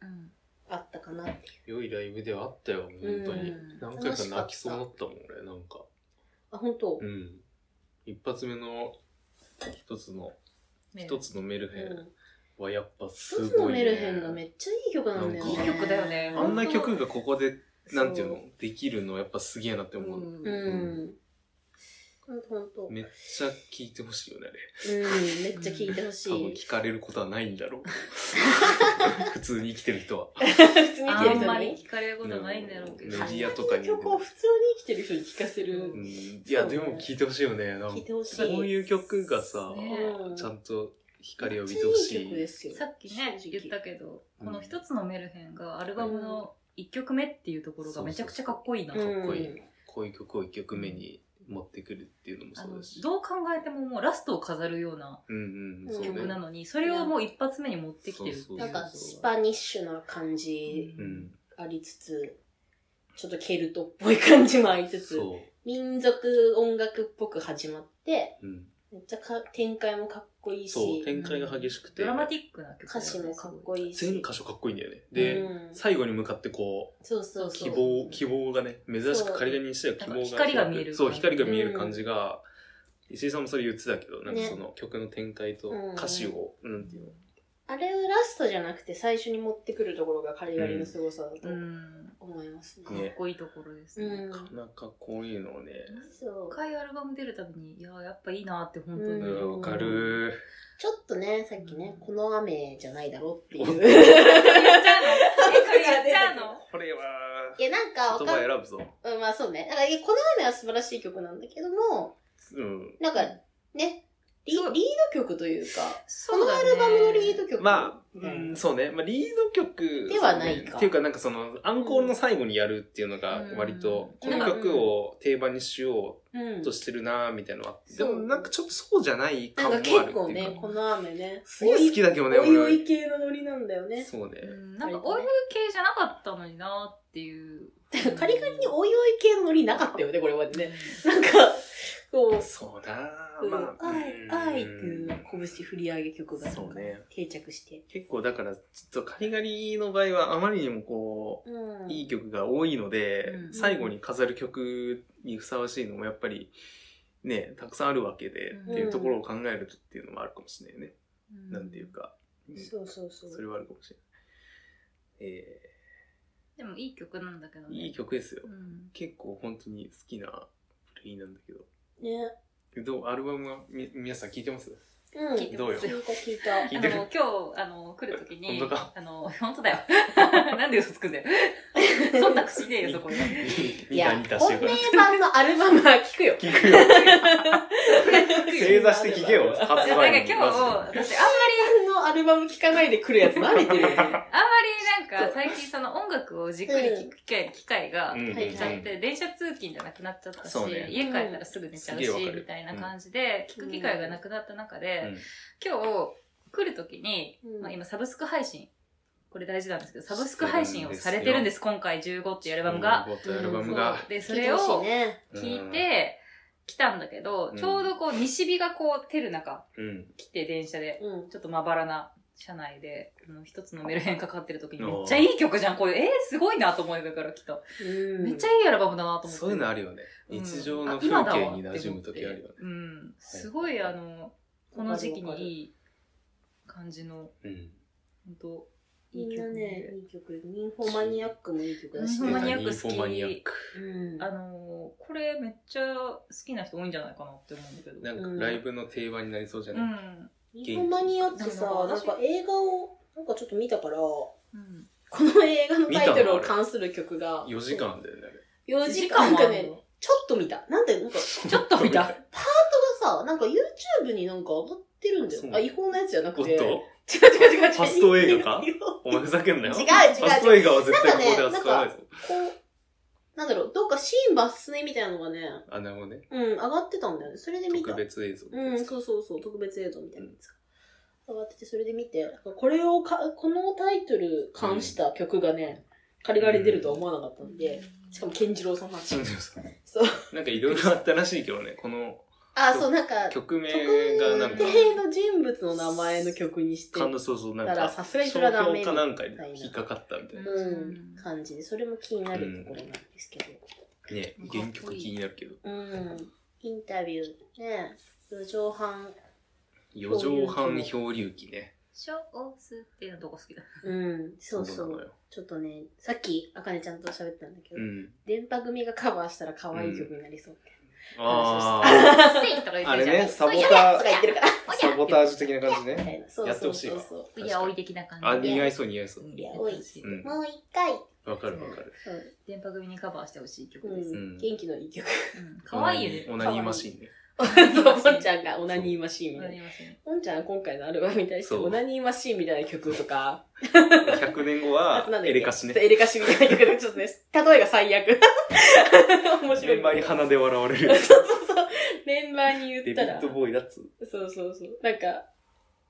S2: うん
S3: あったかなって。
S4: 良いライブではあったよ、本当に。
S2: うん
S4: 何回か泣きそうになったもん、俺、なんか。
S3: あ、本当。
S4: うん。一発目の一つの、一つのメルヘンはやっぱ
S3: 一
S4: す
S3: つの
S4: ごい、
S3: メ
S4: ね。
S3: ルヘンがめっちゃいい曲なんだよね。
S2: いい曲だよね。
S4: あんな曲
S2: が。
S4: がここで、なんていうの
S3: そ、
S4: できるのやっぱすげえなって
S3: う
S4: 思う。
S3: ん。うん。ほんとほんと。うん。
S4: めっちゃ聴いてほしいよね、あれ。
S3: めっちゃ聴いてほし
S4: 多 *laughs* 分
S3: い。
S4: 聞かれることはないんだろう。
S3: *laughs*
S4: 普通に生きてる人は。
S3: 普通に生き
S2: あ
S3: てる
S2: ん
S3: 人
S2: まり
S3: に。
S2: 聞かれることないんだろうけど。
S4: メディアとかに。
S3: 曲を普通に生きてる人に聴かせ
S4: う
S3: る。
S4: ん、いや、でも聴いてほしいよね。なん
S3: 聴い
S4: か
S3: てほしい。
S4: こういう曲がさ、
S2: ね
S3: うん
S4: ちゃんと光を浴びてほし
S3: めっちゃいい曲で
S4: い。
S3: すよ。
S2: さっきね、
S3: 正直
S2: 言ったけど、
S4: うん
S2: この一つのメルヘンがアルバムの一曲目っていうところがめちゃくちゃかっこいいな。
S4: かっこいい。
S3: うん
S4: こういう曲を一曲目に持ってくるっていうのも
S2: あ
S4: そう
S2: の
S4: だし。
S2: どう考えてももうラストを飾るような
S4: うんうん、そう
S2: 曲な
S4: ね。
S2: のに、それをもう一発目に持ってきてるってい。
S4: そうう
S3: なんかスパニッシュな感じ
S4: うん。
S3: ありつつ、ちょっとケルトっぽい感じもありつつ、
S4: そ
S3: 民族音楽っぽく始まって、
S4: う。うん。
S3: めっちゃか展開もかっこいいし、
S4: そう、展開が激しくて
S2: ド、ラマティックな曲だ
S3: 歌
S2: よね
S3: 詞もかっこいいし。
S4: 全箇所かっこいいんだよね。で、
S3: うん
S4: 最後に向かってこ
S3: そうそう
S4: う、
S3: そう。
S4: 希望、希望がね、珍しく仮にしては希望
S2: そ
S4: が。
S2: う光が見える
S4: そう、光が見える感じが、石井さんもそれ言ってたけど、なんか
S3: ね
S4: その曲の展開と
S3: うん
S4: 歌詞を、なんていうの
S3: あれをラストじゃなくて最初に持ってくるところがカリガリの凄さだと
S2: うん
S3: 思いますね。
S2: かっこいいところですね。
S3: うん。
S4: なかなかこういうのをね、
S3: そう
S2: 一。回アルバム出るたびに、いやー、やっぱいいなーって本当
S4: う
S2: に。
S3: うん
S4: ん、わかる
S3: ちょっとね、さっきね、この雨じゃないだろってい
S4: お
S3: う。 *laughs*
S2: 言っちゃうのえ、これ言っちゃうの
S4: これはい
S3: や、なんかわ
S4: 言
S3: か
S4: 葉
S3: ん、
S4: 選ぶぞ。
S3: うん、まあそうね。なんか、いやこの雨は素晴らしい曲なんだけども、
S4: うん。
S3: なんか、ね、リリー
S2: そう
S3: ド曲というか、こ
S2: そ
S3: の
S2: うだ
S3: ア
S2: ね
S3: ルバムのリード曲。
S4: まあ、
S3: み
S4: う、
S3: たいなん
S4: そうね。まあ、リード曲。
S3: ではないか
S4: っていうか、なんかその、アンコールの最後にやるっていうのが
S2: うん、
S4: 割と、
S2: うん
S4: この曲を定番にしよ
S3: うん
S4: うとしてるなーみたいなのはあって。で
S3: そう
S4: も、なんかちょっとそうじゃない
S3: な
S4: 感
S3: ん
S4: も
S3: か
S4: あるっていう
S3: 結構
S4: か
S3: ね、この雨ね。
S4: すげえ好きだけどね、
S3: おいお
S4: 俺
S3: い。系のノリなんだよね。
S4: そうね
S2: う。んなんか、オイル系じゃなかったのになーっていう。
S3: *laughs* カリカリにおいおい系のノリなかったよね、これまでね。
S2: ね。
S3: なんか、こ
S4: そうな
S3: う、
S4: ー
S3: うん
S4: まあ。
S3: あい、あいって
S4: う
S3: い
S4: ん
S3: う拳振り上げ曲がなんか
S4: そうね
S3: 定着して。
S4: 結構だから、ちょっとカリガリの場合はあまりにもこう、
S3: うん
S4: いい曲が多いので、
S2: うん
S4: 最後に飾る曲にふさわしいのもやっぱりね、たくさんあるわけで、
S2: うん
S4: っていうところを考えるとっていうのもあるかもしれないね。
S2: うん
S4: なんていう。か、うん
S3: そうそうそう。
S4: それはあるかもしれない。え
S2: でもいい曲なんだけど
S4: ー
S2: ね。
S4: いい曲ですよ
S2: う。ん。
S4: 結構本当に好きなプレイなんだけど。
S3: ね。
S4: どうアルバムはみ皆さん聞いてます
S3: う
S2: 聞
S3: ん。
S2: い
S3: 聞
S2: て
S3: い
S4: どうよ
S2: ます
S3: た聞いた。
S2: あ
S4: 聞い
S2: の
S4: て
S2: 今
S4: る
S2: 日あの来るときに
S4: 本当か
S2: あの本当だよ *laughs* なんで嘘つくん
S4: *laughs*
S2: だよ忖度しねえよそこに
S4: 見
S3: い
S4: た
S3: や
S4: 見、たし
S3: 本
S4: てる
S3: 命
S4: から。
S3: 版のアルバムは聞くよ。
S4: 聞くよ。 *laughs* 正座して聞け
S2: *laughs*
S4: よ。
S2: い
S4: 発
S2: やなんか
S4: 売
S2: 今
S4: 日
S2: 日
S4: マジで
S2: 私あん
S3: のアルバム聞かないで来るやつ慣れてるよね。
S2: あん *laughs* まりなんか最近その音楽をじっくり聞く機会機会が
S4: うんうんうん
S2: 減っちゃって、電車通勤じゃなくなっちゃったし、
S4: そうね
S2: 家帰ったらすぐ寝ちゃうし、
S4: すげえわかる
S2: みたいな感じで、聞く機会がなくなった中で、
S4: うん
S2: 今日来るときに、
S3: うん
S2: まあ、今サブスク配信、これ大事なんですけど、サブスク配信をされてるんです、今回15っていうアルバムが。
S4: うん元アルバムが
S2: そう。で、そ
S3: 聞いて
S2: れを
S3: ほしいね。
S2: 聞いて来たんだけど、
S4: うん
S2: ちょうどこう西日がこう照る中
S4: うん、
S2: 来て電車で、
S3: うん。
S2: ちょっとまばらな車内で、この一つのメルヘンかかってる時に
S4: おー
S2: めっちゃいい曲じゃん、これ。えー、すごいなと思いながら来た。
S3: うん
S2: めっちゃいいアルバムだなと思って。
S4: そういうのあるよね。
S2: うん
S4: 日常の
S2: あ
S4: 風
S2: 今だわ
S4: 景に馴染む時ある
S2: って
S4: よ
S2: 思ってうん。すごいあの、この時期にいい感じの、
S4: ね。
S2: 本当い
S3: み
S2: い
S3: んな
S2: 曲
S3: ね
S2: で、。
S3: イン曲。ミンフォマニアックもいい曲だし
S2: インフォマニアック
S4: インフォマニアック。
S3: うん。
S2: あのーこれめっちゃ好きな人多いんじゃないかなって思うんだけど。
S4: なんかライブの定番になりそうじゃ
S2: う
S4: ない、
S2: ん。
S3: ミンフォマニアってさ、
S2: 元気
S3: なんか映画を、なんかちょっと見たから、
S2: うん。
S3: この映画のタイトルを関する曲が、
S4: 4時間だよね。
S3: 4
S2: 4
S3: 時
S2: 時
S3: 間
S2: 間
S3: な
S2: も
S3: ん
S2: あ
S3: か
S2: る
S3: ね、
S2: の
S3: ちょっと見た。なんで、なんか、
S2: ちょっと見た。
S3: 人がさ、なんか YouTube になんか上がってるんだよ
S4: そ。う
S3: あ、違法なやつじゃな
S4: お
S3: く。
S4: って
S3: 違う違
S4: と
S3: う違う違う。
S4: ファスト映画
S3: *laughs*
S4: か
S3: 違う違う。
S4: お前ふざけんなよ。ファス
S3: こ
S4: ト映画は絶対ここで扱わないぞ。
S3: う、なんだろう、どっかシーン抜粋みたいなのがね、
S4: あ、なるほどね。
S3: うん、上がってたんだよね。それで見た
S4: 特。別映像って
S3: う
S4: や
S3: ん、
S4: つ
S3: そうそうそう、特別映像みたいなやつが。上がってて、それで見て、これをか、このタイトル関した曲がね、仮がで出るとは思わなかったんで、しかも健次郎さんの話
S4: なん。だよそれ
S3: そう。
S4: なんかいろいろあったらしいけどね、この
S3: あ、そう、なんか、
S4: 曲名がなん
S3: 特
S4: か、
S3: 定の人物の名前の曲にして、
S4: 感動そうそう、なん
S3: たら
S4: か、
S3: さすがにそれはダ
S4: 商
S3: メ
S4: 標かなんかに引っかかったみたいな。
S3: うん、感じで、それも気になるところなんですけど。
S4: ね、原曲気になるけど。
S3: うん。インタビュー、ね、四畳半、
S4: 四畳半漂流記ね。
S2: ショオスっていうのどこ好きだ
S3: うん、そうそ
S4: なの
S3: う。
S4: よ。
S3: ちょっとね、さっき、あかねちゃんと喋ったんだけど
S4: う、ん。
S3: 電波組がカバーしたら可愛い曲になりそうって。
S4: ああ、
S2: せいとか言ってるじゃん。
S4: あれ
S3: *laughs*
S4: ねサボ
S2: そういや
S4: タ
S3: とか言ってるから、
S4: サボタージュ的な感じ
S3: み
S4: ね。
S3: たいな。そう
S4: やって
S3: そ
S4: ほ
S3: う
S4: しい
S3: そ
S4: わ
S3: うそう。
S2: いや、おい的な感じで。
S4: あ、似合いそう似合いそう。
S2: いや、
S3: おい
S4: うん。
S3: もう一回。
S4: わかるわかる。
S3: そう。
S2: 電波組にカバーしてほしい曲
S3: う
S2: です。
S4: うん
S3: ん。元気のいい曲。 *laughs*
S2: うんかわいいよ
S4: オ
S2: ね。
S4: ナニーマシーンね。
S3: そう、
S2: 可愛い
S3: ポンちゃんがオナニーマシーンみ
S2: オ
S3: た
S2: ナ
S3: い
S2: ニ
S3: な。
S2: ーマシーン
S3: ポンちゃんは今回のアルバムに対して
S4: そう
S3: オナニーマシーンみたいな曲とか、
S4: 100年後
S3: あ
S4: は
S3: となんだっけ
S4: エレカシね
S3: そう。エレカシみたいな曲とか、ちょっとね、例えが最悪。 *laughs* 面白い。
S4: メンバーに鼻で笑われる。
S3: メンバーに言
S4: デビ
S3: ったら
S4: ッド。ボーイだっつう。
S3: そうそうそう。なんか、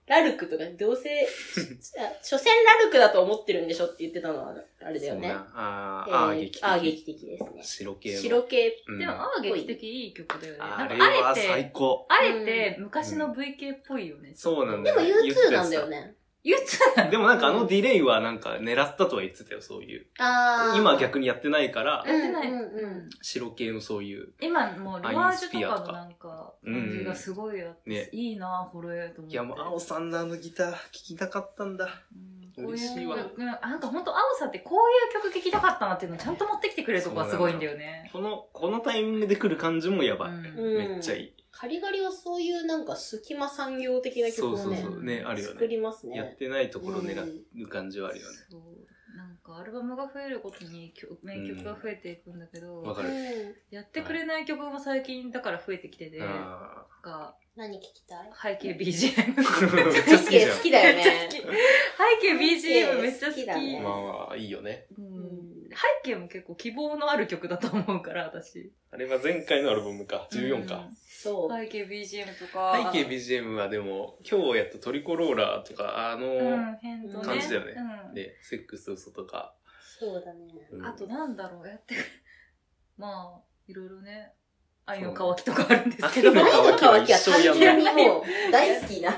S3: ラルクとか、どうせ、 *laughs* あ所詮ラルクだと思ってるんでしょって言ってたのは、あれだよ
S4: そう
S3: ね。
S4: なあ
S3: え
S4: ー、あー、
S3: ー
S4: 劇的。
S3: あー劇的です
S4: 白系
S3: ね。
S4: の。
S3: 白系。
S4: うん
S2: でも、アー劇的いい曲だよね。な
S4: あ
S2: んか
S4: れは
S2: あえて
S4: 最、高。
S2: あえて昔の VK っぽいよね。
S4: そうなんだ
S3: でも
S4: よね
S3: U2 なんだよ。ね。
S2: ゆうつ
S4: 言ってたでもなんかあのディレイはなんか狙ったとは言ってたよ、そういう。
S3: ああ。
S4: 今逆にやってないから
S2: や、ってない。
S3: うんうんうん
S4: 白系のそういう。
S2: 今もうロアージュとかのなんか
S4: アインスピアとか
S2: 感じがすごいあって、
S4: うんね
S2: いいなぁ、これ、と思って。
S4: いやもう、青さんのあのギター聴きたかったんだ。
S2: うんこう
S4: 嬉しいわ
S2: う曲うんなんか本当青さってこういう曲聴きたかったなっていうのをちゃんと持ってきてくれるとこがすごいんだよね。
S4: この、このタイミングで来る感じもやばい。
S2: うん
S3: うん
S4: めっちゃい。
S3: カリガリはそういうなんか隙間産業的ない曲
S4: そ
S3: を
S4: うそう
S3: ね
S4: そ、う。ね、あるよ
S3: 作
S4: ね。
S3: ります
S4: やっ
S3: ね。
S4: てないところを狙う感じはあるよね。
S2: そうなんかアルバムが増えるごとに曲名曲が増えていくんだけど、
S4: わ
S3: う
S4: か
S3: ん
S4: る。
S2: やってくれない曲も最近だから増えてきてて、なん
S4: あ
S2: か
S3: 何聴きたい
S2: 背景 BGM
S4: ーめっちゃ好
S3: 背
S4: きじ
S3: 景
S4: ゃん
S3: 好。きだよ
S2: めっちゃ好
S3: ね
S2: き。背景 BGM めっちゃ好
S3: 好
S2: き
S3: きだね
S4: まあまあ、いいよね。
S2: う
S3: うんん
S2: 背景も結構希望のある曲だと思うから私
S4: あれは前回のアルバムか、14
S2: う
S4: か
S2: ん。
S3: そう。
S2: 背景 BGM とか
S4: 背景 BGM はでも、今日やったトリコローラーとか、あの、
S2: うん変動ね
S4: 感じだよね
S2: うん
S4: ね、セックスと嘘とか。
S3: そうだね。
S4: うん
S2: あとなんだろうやって *laughs* まあいろいろね愛の渇きとかあるんですけど
S4: 愛の
S3: 愛の
S4: 渇きは
S3: 渇き
S4: 一
S3: は
S4: 生や
S3: 単
S4: んない
S3: 純にもう大好きな、
S4: *laughs*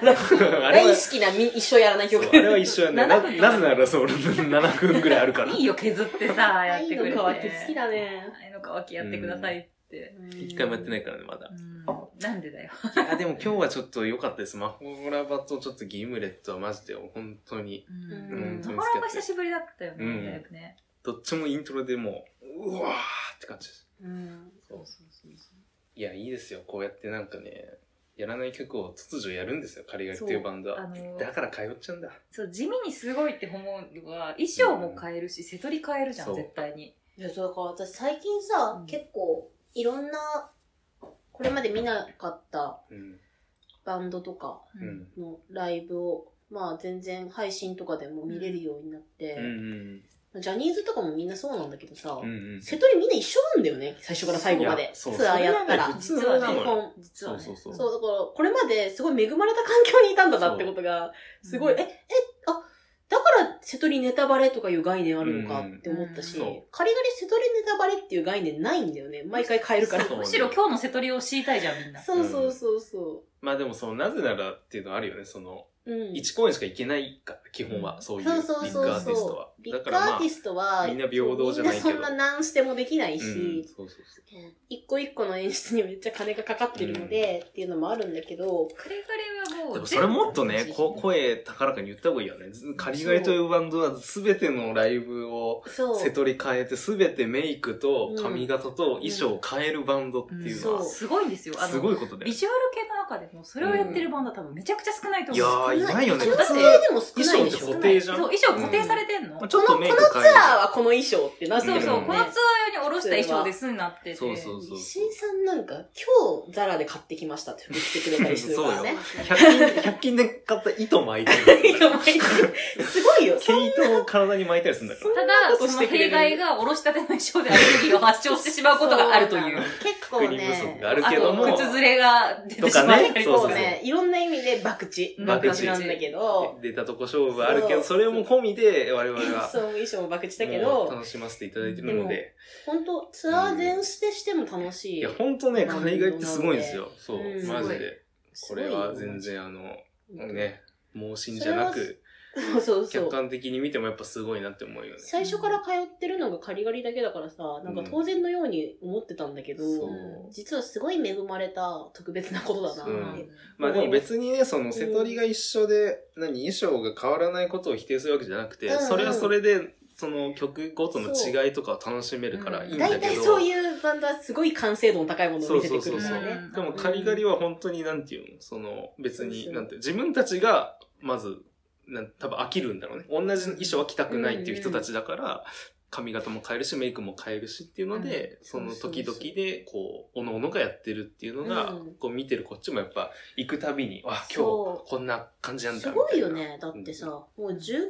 S4: *laughs* あれ
S3: 大
S4: は
S3: 好、きなみ一生やらない
S4: そう
S3: 曲。
S4: あれは一緒やね。な、
S2: 7
S4: な
S2: 分
S4: ぜならそう、7分ぐらいあるから
S2: い。いよ削って
S4: *laughs*
S2: さやっ
S3: 愛
S2: てくれて
S3: の渇き好きだね。。
S2: 愛の渇きやってくださいって
S4: 一回もやってないいからね、まだ
S2: う。んなんでだよ
S4: いや、でも今日はちょっと良かったです。マホラバとちょっとギムレットはマジで、本当に。
S2: うん
S3: うん
S2: なかなか久しぶりだったよ
S4: うん
S2: ねだいぶね
S4: どっちもイントロでもう、うわーって感じです。
S3: うん。
S2: そうそうそうそう
S4: いや、いいですよ。こうやってなんかね、やらない曲を突如やるんですよ。カリガリっていうバンド
S2: そうあ
S4: は
S2: の。ー
S4: だから通っちゃうんだ。
S2: そう地味にすごいって思うのは衣装も変えるし瀬戸り変えるじゃ
S4: そ
S2: ん
S4: う
S2: 絶対に
S3: いや、だから私最近さ、
S2: うん
S3: 結構いろんな、これまで見なかった
S4: うん。
S3: バンドとか
S4: う、ん。
S3: のライブを、まあ全然配信とかでも見れるようになって
S4: う、ん
S3: ジャニーズとかもみんなそうなんだけどさ、
S4: うん。うんうん。
S3: 瀬戸りみんな一緒なんだよね、最初から最後ま
S4: い
S3: で。
S4: やそう
S3: ツアーやったら。
S4: それがね普通なのよ
S3: 基本
S2: 実はね
S4: そうそう
S3: そう、だから、これまですごい恵まれた環境にいたんだなってことが、すごい、
S2: うん
S3: え、え、あ、だから、瀬戸りネタバレとかいう概念あるのかって思ったし、
S4: うんうんそう
S3: カリガリ瀬戸りネタバレっていう概念ないんだよね。毎回変えるから。
S4: そう
S2: むしろ今日の瀬戸りを知りたいじゃんみんな
S3: そうそうそうそ
S4: まあでもその、なぜならっていうのはあるよね。その、
S3: う。うん。
S4: 1公演しか行けないから、基本は。そういう、ビ
S3: そうそう
S4: ッ
S3: そ
S4: グ
S3: う
S4: アーティストは
S3: そう。。ビ
S4: だ
S3: ッ
S4: か
S3: グ
S4: ら
S3: ア
S4: まあ
S3: ーティ、ストは、
S4: みんな平等じゃないけど
S3: みんなそんな何してもできない
S4: うん
S3: し、
S4: そうそうそう。
S3: 一個一個の演出にめっちゃ金がかかってるので、っていうのもあるんだけど、
S2: カリカリはもう
S4: でもそれもっとね、こ声高らかに言った方がいいよね。ずカリガリというバンドは全てのライブを
S3: そう。
S4: セトリ変えて、全てメイコと髪型と衣装を変えるバンドって
S2: うん
S4: いう
S3: そ
S4: の
S3: う
S4: は、
S2: すごいんですよあの
S4: すごいことだ
S2: ビ
S4: よ。
S2: ジュアル系の中でもそれをやってるバンドは多分めちゃくちゃ少ないと
S4: い
S2: 思
S4: や
S2: う、
S4: ーいないよね。
S3: 一応
S4: 普
S3: 固
S4: 通、
S3: 定でも少
S4: 衣
S3: ない
S4: 装
S3: でし
S4: って
S3: ょ。
S4: 固
S3: こ
S4: 定じ
S2: そ
S4: ゃ。
S2: うん衣装固定されてんの、
S4: まあ
S2: そ
S4: ちょっと
S3: の、こ
S4: メ
S3: の
S4: イ
S3: ツ
S4: ク変える。
S3: アーはこの衣装ってなって
S2: う
S3: る
S2: そう、
S3: もん
S2: この
S3: ね
S2: ツアー用におろした衣装ですになってて。
S4: そうそうそう。
S3: 新さんなんか、今日ザラで買ってきましたって言ってくれたりするからね。
S4: 100均、100均で買った糸巻いて
S3: *laughs*
S4: る。
S3: すごい
S4: *laughs*
S3: よ。
S4: 毛糸を体に巻いたりするんだから。
S2: た
S3: そんな
S2: だ、
S3: こと
S2: その
S3: してくれ
S2: 弊
S3: る
S2: 害がおろしたての衣装でアレルギーを発症してしまうことがあるという。
S5: 結構
S4: 確認不足
S5: ね
S4: がある
S2: あ
S4: けど
S2: と、
S4: も。
S2: 靴ずれが出てしまったり
S4: とか
S2: と
S4: ねそう
S3: そう
S4: そうそう
S3: ね、いろんな意味で爆地。
S4: 博打
S3: なんだけど、
S4: 出たとこ勝負はあるけど、
S3: そ
S4: そうれも込みで我々は。
S3: そう、衣装も爆地だけ
S4: もう
S3: ど、
S4: 楽しませていただいてるので。
S3: 本当ツアー全してしても楽し
S4: い
S3: い。
S4: や、ほんとね、海外ってすごいんですよ。そう
S3: う、ん
S4: マジで。
S3: す
S4: こ
S3: ごい
S4: れ
S3: よ
S4: は全。然あの、ね、盲信じゃなく、
S3: そうそ
S4: 客
S3: う。
S4: 観的に見てもやっぱすごいなって思うよね。
S3: 最初から通ってるのがカリガリだけだからさ、なんか当然のように思ってたんだけど、
S4: そう
S3: 実はすごい恵まれた特別なことだなって。
S4: うんまあでも別にね、その、瀬戸りが一緒で、何、衣装が変わらないことを否定するわけじゃなくて
S5: うんう、ん
S4: それはそれで、その曲ごとの違いとかを楽しめるから
S2: そう
S4: いいんだけ
S3: 大
S4: ど。
S3: 体そういうバンドはすごい完成度の高いものを見せてくるか
S2: そう
S3: ら
S2: そうそう
S3: ね。
S2: う
S4: でもカリガリは本当になんていうのその別に、なんていう自分たちがまずなん多分飽きるんだろうね同じ衣装は着たくないっていう人たちだから、髪型も変えるしメイクも変えるしっていうので、その時々でこうおのおのがやってるっていうのが、
S3: うん
S4: こう見てるこっちもやっぱ行くたびにあ今
S3: そ
S4: 日こんな感じなんだ
S3: すごいよ
S4: みた
S3: ね。だってさ、もう15年ぐ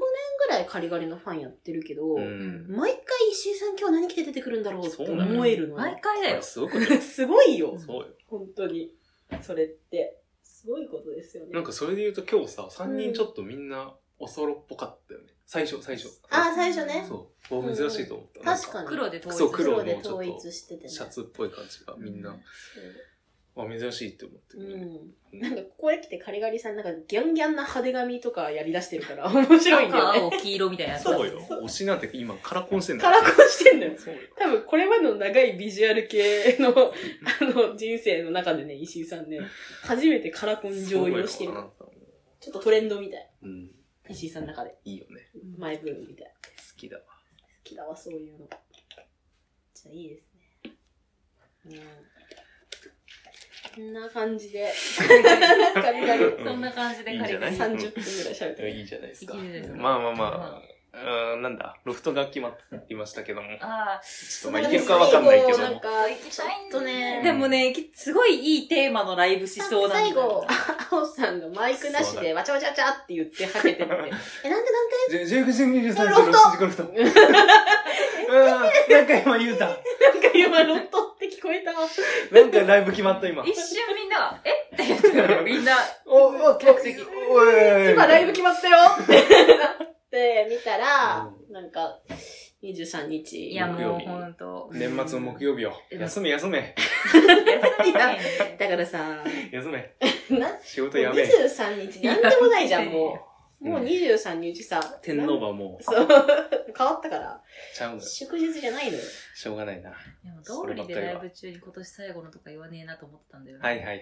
S3: らいカリガリのファンやってるけど、
S4: なうん、
S3: 毎回石井さん今日何着て出てくるんだろうって
S4: そうなの
S3: 思えるの
S2: 毎
S3: ね。
S2: 回だよ。
S4: すごく
S3: *laughs*
S4: ね
S3: すごいよ。
S4: そうよ
S3: 本当に。それって、すごいことですよね。
S4: なんかそれで言うと今日さ3人ちょっとみんなおそろっぽかったよね最初最初
S5: あー最初ね
S4: そう。珍しいと思った。
S3: 確かに。
S2: 黒で統一
S4: そう黒
S3: 黒
S4: のち
S3: で
S4: ょっと
S3: 統一しててね。
S4: シャツっぽい感じがみんな、あ、珍しいって思って
S3: う
S4: るね。
S3: ん。なんかここへ来てカリガリさんなんかギャンギャンな派手髪とかやりだしてるから *laughs* 面白いんだよ
S2: 赤、
S3: ね。
S2: 青、黄色みたいなやつ。
S4: そうよ。推しなんて今カラコンしてんだ
S3: カ
S4: よ
S3: ラコンしてんのよ。
S4: そうよ。
S3: 多分これまでの長いビジュアル系の *laughs* あの人生の中でね、石井さんね、初めてカラコン上位をしてる
S4: そう。よあなたも
S3: ちょっとトレンドみたい。
S4: うん。
S3: 石井さんの中で。
S4: いいよね。
S3: マイブームみたい。
S4: 好きだわ。
S3: 好きだわ、そういうの。じゃあいいですね。うん。こんな感じ
S4: *laughs*
S3: で、カリガリ
S2: そんな感じでカリガ
S4: いいん
S2: リ
S4: じゃない
S3: 30分ぐらい喋ってる。
S4: いいじゃないですか。
S2: いいですね
S4: まあまあまあ。うーん、なんだ。ロフトが決まっていましたけども。
S2: あ
S4: ちょっとまあいけるかわかんないけど
S3: なん
S4: も。
S3: か、ちょっと
S2: あ。
S3: ね、
S2: でもね、きすごいいいテーマのライブしそうなんだ
S3: 最後
S2: よ、
S3: 青さんがマイクなしで、わちゃわちゃわちゃって言っては
S2: *laughs*
S3: けてって。え、なんでなんで
S4: じゅ19時23時
S3: ロフト
S4: ロフト。うん。なんか今言うた。
S3: なんか *laughs* 今、ロットって聞こえた。
S4: なんかライブ決まった今。
S2: 一瞬みんなが、えって言ってたよみんな。
S4: お、お、
S2: 客席
S3: 今
S4: 今
S3: ライブ決まったよってなって見たら、なんか、23
S2: *laughs*
S3: 日。
S2: いや
S4: 木曜
S2: もう
S4: 日
S2: ほんと。
S4: 年末の木曜日よ。
S2: うん
S4: 休め休め。
S2: 休みだ。
S3: だから
S4: *laughs*
S3: さ、
S4: 休め。
S3: な、
S4: 仕事やめ。
S3: 23日なんでもない
S4: *laughs*
S3: じゃん、もう。
S4: うん
S3: もう23日さ。
S4: 天皇はもう、
S3: そう、変わったから。
S4: ちゃうのよ。
S3: 祝日じゃないのよ。
S4: しょうがないな。は
S2: でも、ドールでライブ中に今年最後のとか言わねえなと思ってたんだよね。
S4: いはいはいはい。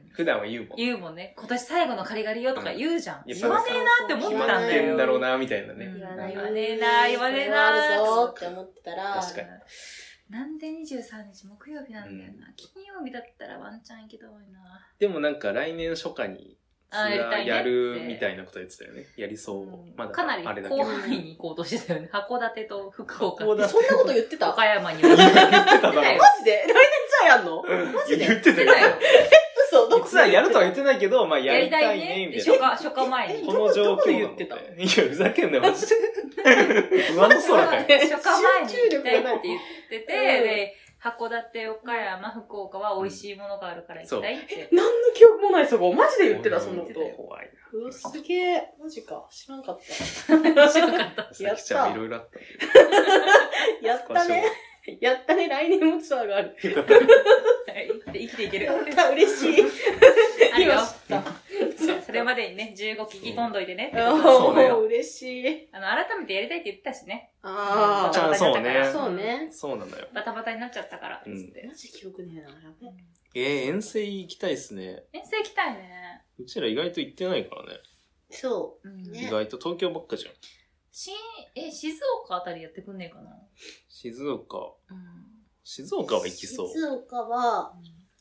S2: うん
S4: 普段は言うもん。
S2: 言うもんね。今年最後のカリガリよとか言うじゃん。
S4: うん
S2: 言わねえなって思ってたんだ
S4: ん
S2: よ。
S4: だろうな、みたいな
S2: う
S4: ね
S2: ん。
S3: 言わ
S4: な
S3: ないい
S2: 言わねえな、言わねえな。
S3: あるぞって思ってたら、
S4: 確かに
S2: なんで23日木曜日なんだよな。金曜日だったらワンチャンいけたわいな。
S4: でもなんか来年初夏に、ツア
S2: あやりたいね
S4: ーやるみたいなこと言ってたよね。やりそう
S2: うん。
S4: まだ、
S2: かなり
S4: あれだけ
S2: 広
S4: ど。
S2: 範囲に行こうとしてたよね。函館と福岡。
S4: 函
S3: *laughs*
S4: 館
S3: そんなこと言ってた
S2: 岡山に。
S4: 言ってただ
S2: 言ってたよ
S4: ろ。
S3: マジで来年ツアーやんのジで
S4: 言ってたよ。
S3: 嘘、どこ
S4: ツアーやるとは言ってないけど、まあや
S2: や
S4: り
S2: り
S4: た
S2: た
S4: い
S2: い
S4: ね、
S2: ね。
S4: みたい
S2: 初
S4: な。
S2: 夏、初夏前に。
S4: この状況
S3: どこで
S4: な
S3: 言
S4: の
S3: ってた
S4: いや、ふざけんなよ、マ *laughs* ジで。上の空かよ。
S2: 初夏前に行きたいって言ってて、で、函館、岡山、福岡は美味しいものがあるから行きたいって。
S3: 何の記憶もないそこ。マジで言ってた、そんなこと。
S4: 怖いう
S3: わ、すげえ。マジか。知らんかった。 *laughs*
S2: 面白かった。
S4: な。さきちゃんいろいろあったんだけど。
S3: やったね。やったね。来年もツアーがある。
S2: 生きていける。
S3: やった、嬉しい。 *laughs*
S2: あるよ
S3: 今知った。
S2: それまでにね、15聞き込んどいてねってこと
S4: そ
S3: お
S4: うだ
S3: ー
S4: よ
S3: *laughs* 嬉しい。
S2: あの、改めてやりたいって言ってたしね。
S3: あ
S4: ちゃん、そうね。
S3: そうね
S4: そうなのよ。
S2: バタバタになっちゃったから、つって。
S3: あ。マジ記憶ねえな。やべ。
S4: えー、遠征行きたいっすね。
S2: 遠征行きたいね。
S4: うちら意外と行ってないからね。
S3: そ
S2: うん
S3: ね
S4: 意外と東京ばっかじゃん。
S2: し、え、静岡あたりやってくんねえかな。
S4: 静岡。
S2: うん。
S4: 静
S3: う。
S4: 岡は行きそう。
S3: 静岡は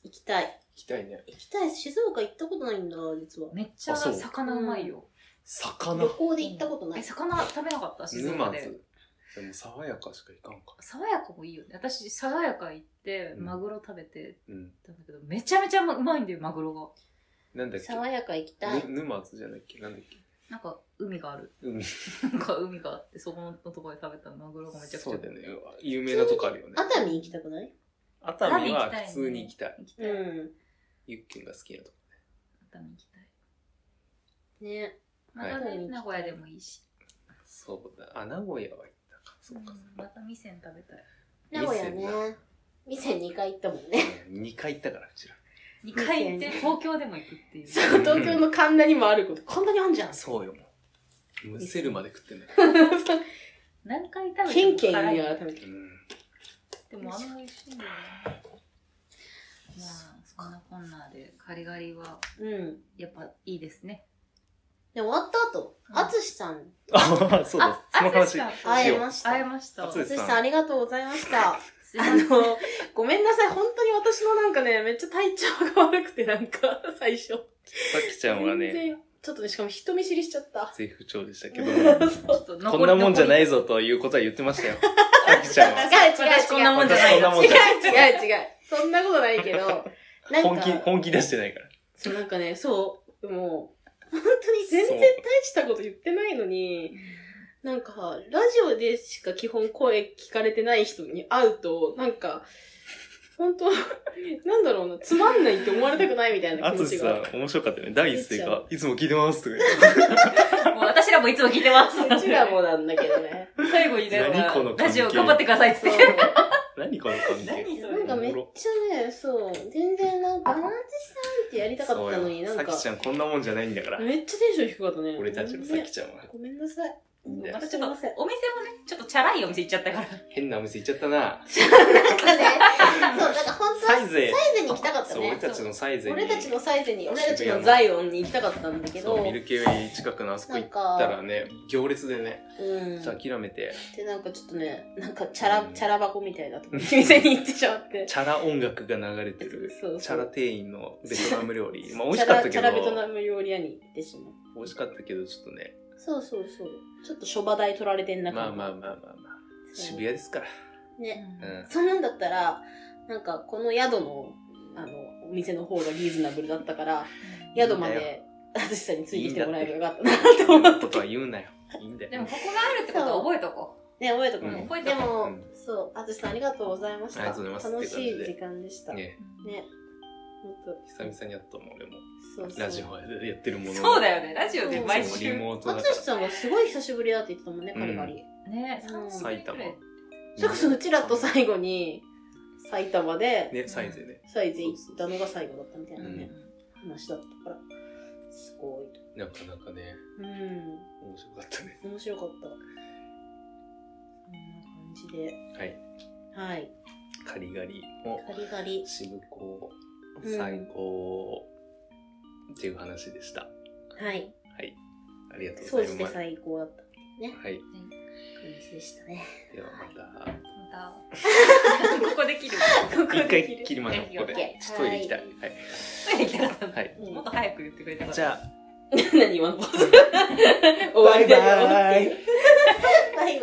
S3: 行きたい。
S4: きたいね。
S3: 行きたいです静岡行ったことないんだ実は
S2: めっちゃ
S4: あそう
S2: 魚うまいよ。
S4: 魚
S3: 旅。行で行ったことな
S2: え、
S3: い
S2: 魚食べなかった静岡
S4: 沼
S2: で。
S4: 津。でも爽やかしかいかんか。
S2: 爽やかもいいよね。私、爽やか行って、
S4: うん
S2: マグロ食べて
S4: うん。
S2: たんだけど、めちゃめちゃうまいんだよ、マグロが。
S4: なんだっけ
S3: 爽やか行きたい
S4: ぬ沼津じゃないっけなんだっけ
S2: なんか、海がある。
S4: うん。
S2: なんか、海があって、そこのところで食べたマグロがめちゃくちゃ
S4: そうだよね。有名なとこあるよね。
S3: 熱海行きたくない
S4: 熱海は普通に行きたい。
S2: 行きたい。熱
S3: う
S4: ゆっきゅんが好きなとこ。
S2: 海行きたい。
S3: んね
S2: また
S3: はい
S2: ね、名古屋でもいいし。
S4: そうだ。あ、名古屋は行ったか。そうか。
S2: うんまた味仙食べたい。
S3: 名古屋ね店2回行ったもんね
S4: 2回行ったから、うちら。
S2: 2回行って、東京でも行くっていう。
S3: そう東京の神田にもあること神田にあんじゃん
S4: そうよ、もう。むせるまで食ってんだよ。
S2: 何回食べても
S3: ケンケン
S2: 辛い
S3: 言いながら食べて
S4: うん。 *laughs*
S2: でもあんま美味しいんだよな。まあ、そんなこんなで、カリガリは
S3: うん
S2: やっぱいいですね。
S3: で終わった後
S2: うん
S3: 淳さん
S4: あ、そうだ。その話。
S2: あ
S3: 会えました
S2: 会えました。
S4: 暑いです
S3: 淳さんありがとうございました
S2: すいま
S3: あ
S2: せん
S3: の、ごめんなさい。本当に私のなんかね、めっちゃ体調が悪くて、なんか、最初。
S4: さきちゃんは
S3: 全
S4: ね、
S3: 然、ちょっとね、しかも人見知りしちゃった。
S4: 絶不調でしたけど、
S2: ちょっと残り。
S4: こんなもんじゃないいぞということは言ってましたよ。さきちゃんは。
S3: 違う違う違う
S2: 私こんなもんじゃない
S4: 私こんなもん
S3: 違う違
S4: じゃな
S3: う違う。そんなことないけど、なんか、
S4: 本気、本気出してないから。
S3: そうなんかね、そう、もう、本当に全然
S4: そう
S3: 大したこと言ってないのに、なんか、ラジオでしか基本声聞かれてない人に会うと、なんか、本当なんだろうな、つまんないって思われたくないみたいな
S4: あ
S3: 気
S4: と
S3: 持ちが
S4: さ。、面白かったよね。第一声が、いつも聞いてますとか言って
S3: *laughs*
S2: もう私らもいつも聞いてます。
S3: うちらもなんだけどね。
S2: 最後にね
S4: 何この、関係
S2: ラジオ頑張ってくださいっつって。
S4: 何この関係。
S2: 何そ
S3: なんかめっちゃね、そう、全然なんか、アーティスさんってやりたかったのになん
S4: さ
S3: か、
S4: きちゃんこんなもんじゃないんだから。
S3: めっちゃテンション低かったね。
S4: 俺たちのさきちゃんは。
S3: ごめんなさい。
S4: いいんだよ
S2: またちょっと、お店もね、ちょっとチャラいお店行っちゃった *laughs* から。
S4: 変なお店行っちゃったな。
S3: なんかね、そう、なんか本当は
S4: サイゼ。
S3: サイゼに行きたかった
S4: そう、
S3: ね。
S4: 俺たちのサイゼ
S3: そう
S4: に。
S3: 俺たちのサイゼに、
S4: 渋
S3: 俺
S4: 谷の
S3: たちのザイオンに行きたかったんだけど、
S4: そうう、ミルキウェイ近くのあそこ行ったらね、行列でね、
S3: ん。
S4: ちょっと諦めて、
S3: で、なんかちょっとね、なんかチャラ、チャラ箱みたいなとこ *laughs* に店に行ってしまって。
S4: チャラ音楽が流れてる
S3: そうそう
S4: チャラ店員のベトナム
S3: *laughs*
S4: 料理まあ美味しかった
S3: チ
S4: け
S3: ャラチャラベトナ
S4: ど
S3: ム料理屋に行ってしまう。
S4: 美味しかったけどちょっとね
S3: そうそうそう。ちょっと諸場代取られてんな
S4: まあまあまあ
S3: あ。
S4: まあまあ渋谷ですから
S3: ね。
S4: うん
S3: そんなんだったら、なんかこの宿の、あの、お店の方がリーズナブルだったから、宿ま
S4: いいんだ
S3: で、淳さんについてきてもらえばよかったなって
S4: そん
S3: 思
S4: な
S3: っ
S4: こ
S3: て。
S4: とは言うなよいいんだよ
S2: でも、ここがあるってことは覚えとこ
S3: ね、覚えとか
S4: う
S3: ね
S4: ん。
S2: 覚えと
S3: で
S2: こ
S3: も、
S4: うん
S3: そう、淳さんありがとうございました。
S4: ありがとうございます
S3: 楽しい
S4: って
S3: 時間でした。ね、
S4: ね
S2: う。
S3: ほんと。
S4: 久々にやったもん俺も
S3: そうそう。
S4: ラジオでやってるもの
S2: そうだよね、ラジオで毎
S4: そうリ
S2: 週。
S4: モートだか
S3: 淳さんがすごい久しぶりだって言ってたもんね、
S4: うん
S3: カリカリ。
S2: ね、
S3: うん
S4: 埼玉
S3: それこそう
S4: ら
S3: うちらと最後に、埼玉で、
S4: ねサイゼね
S3: サイズ行ったのが最後だったみたいな
S4: う
S3: ね、
S4: ん
S3: 話だったから。すごいと。
S4: なかなかね
S3: うん。
S4: 面白かったね
S3: 面白かった。そんな感じで。
S4: はい
S3: はい。
S4: カリガリも
S3: ガリガリ。
S4: 渋子
S3: うん
S4: 最高っていう話でした
S3: はい。
S4: はいありがとうご
S3: そ
S4: ざ
S3: う
S4: い
S3: して
S4: ます
S3: 最高だった
S4: はい
S3: 感じでしたね。
S4: ではまた
S2: また、 *laughs* ここで切
S4: *laughs*
S2: る。
S3: ここ
S4: 一
S3: で
S4: 回
S3: 切
S4: 切りましょう、ここ
S2: オッ
S4: で
S3: ケ。ー
S4: ちょっとトイレ行きたい。
S2: トイレ行きたかったんだ
S4: はい。
S3: る
S2: もっと早く言ってくれた
S4: は
S2: か
S4: い。
S2: ら。
S4: じ
S2: *laughs*
S3: *laughs*
S4: ゃ
S3: 何今のポーズ終
S4: あ、
S3: わ
S4: バ
S3: り
S4: イ
S3: だよ。
S4: バーイ。
S3: バイバイ。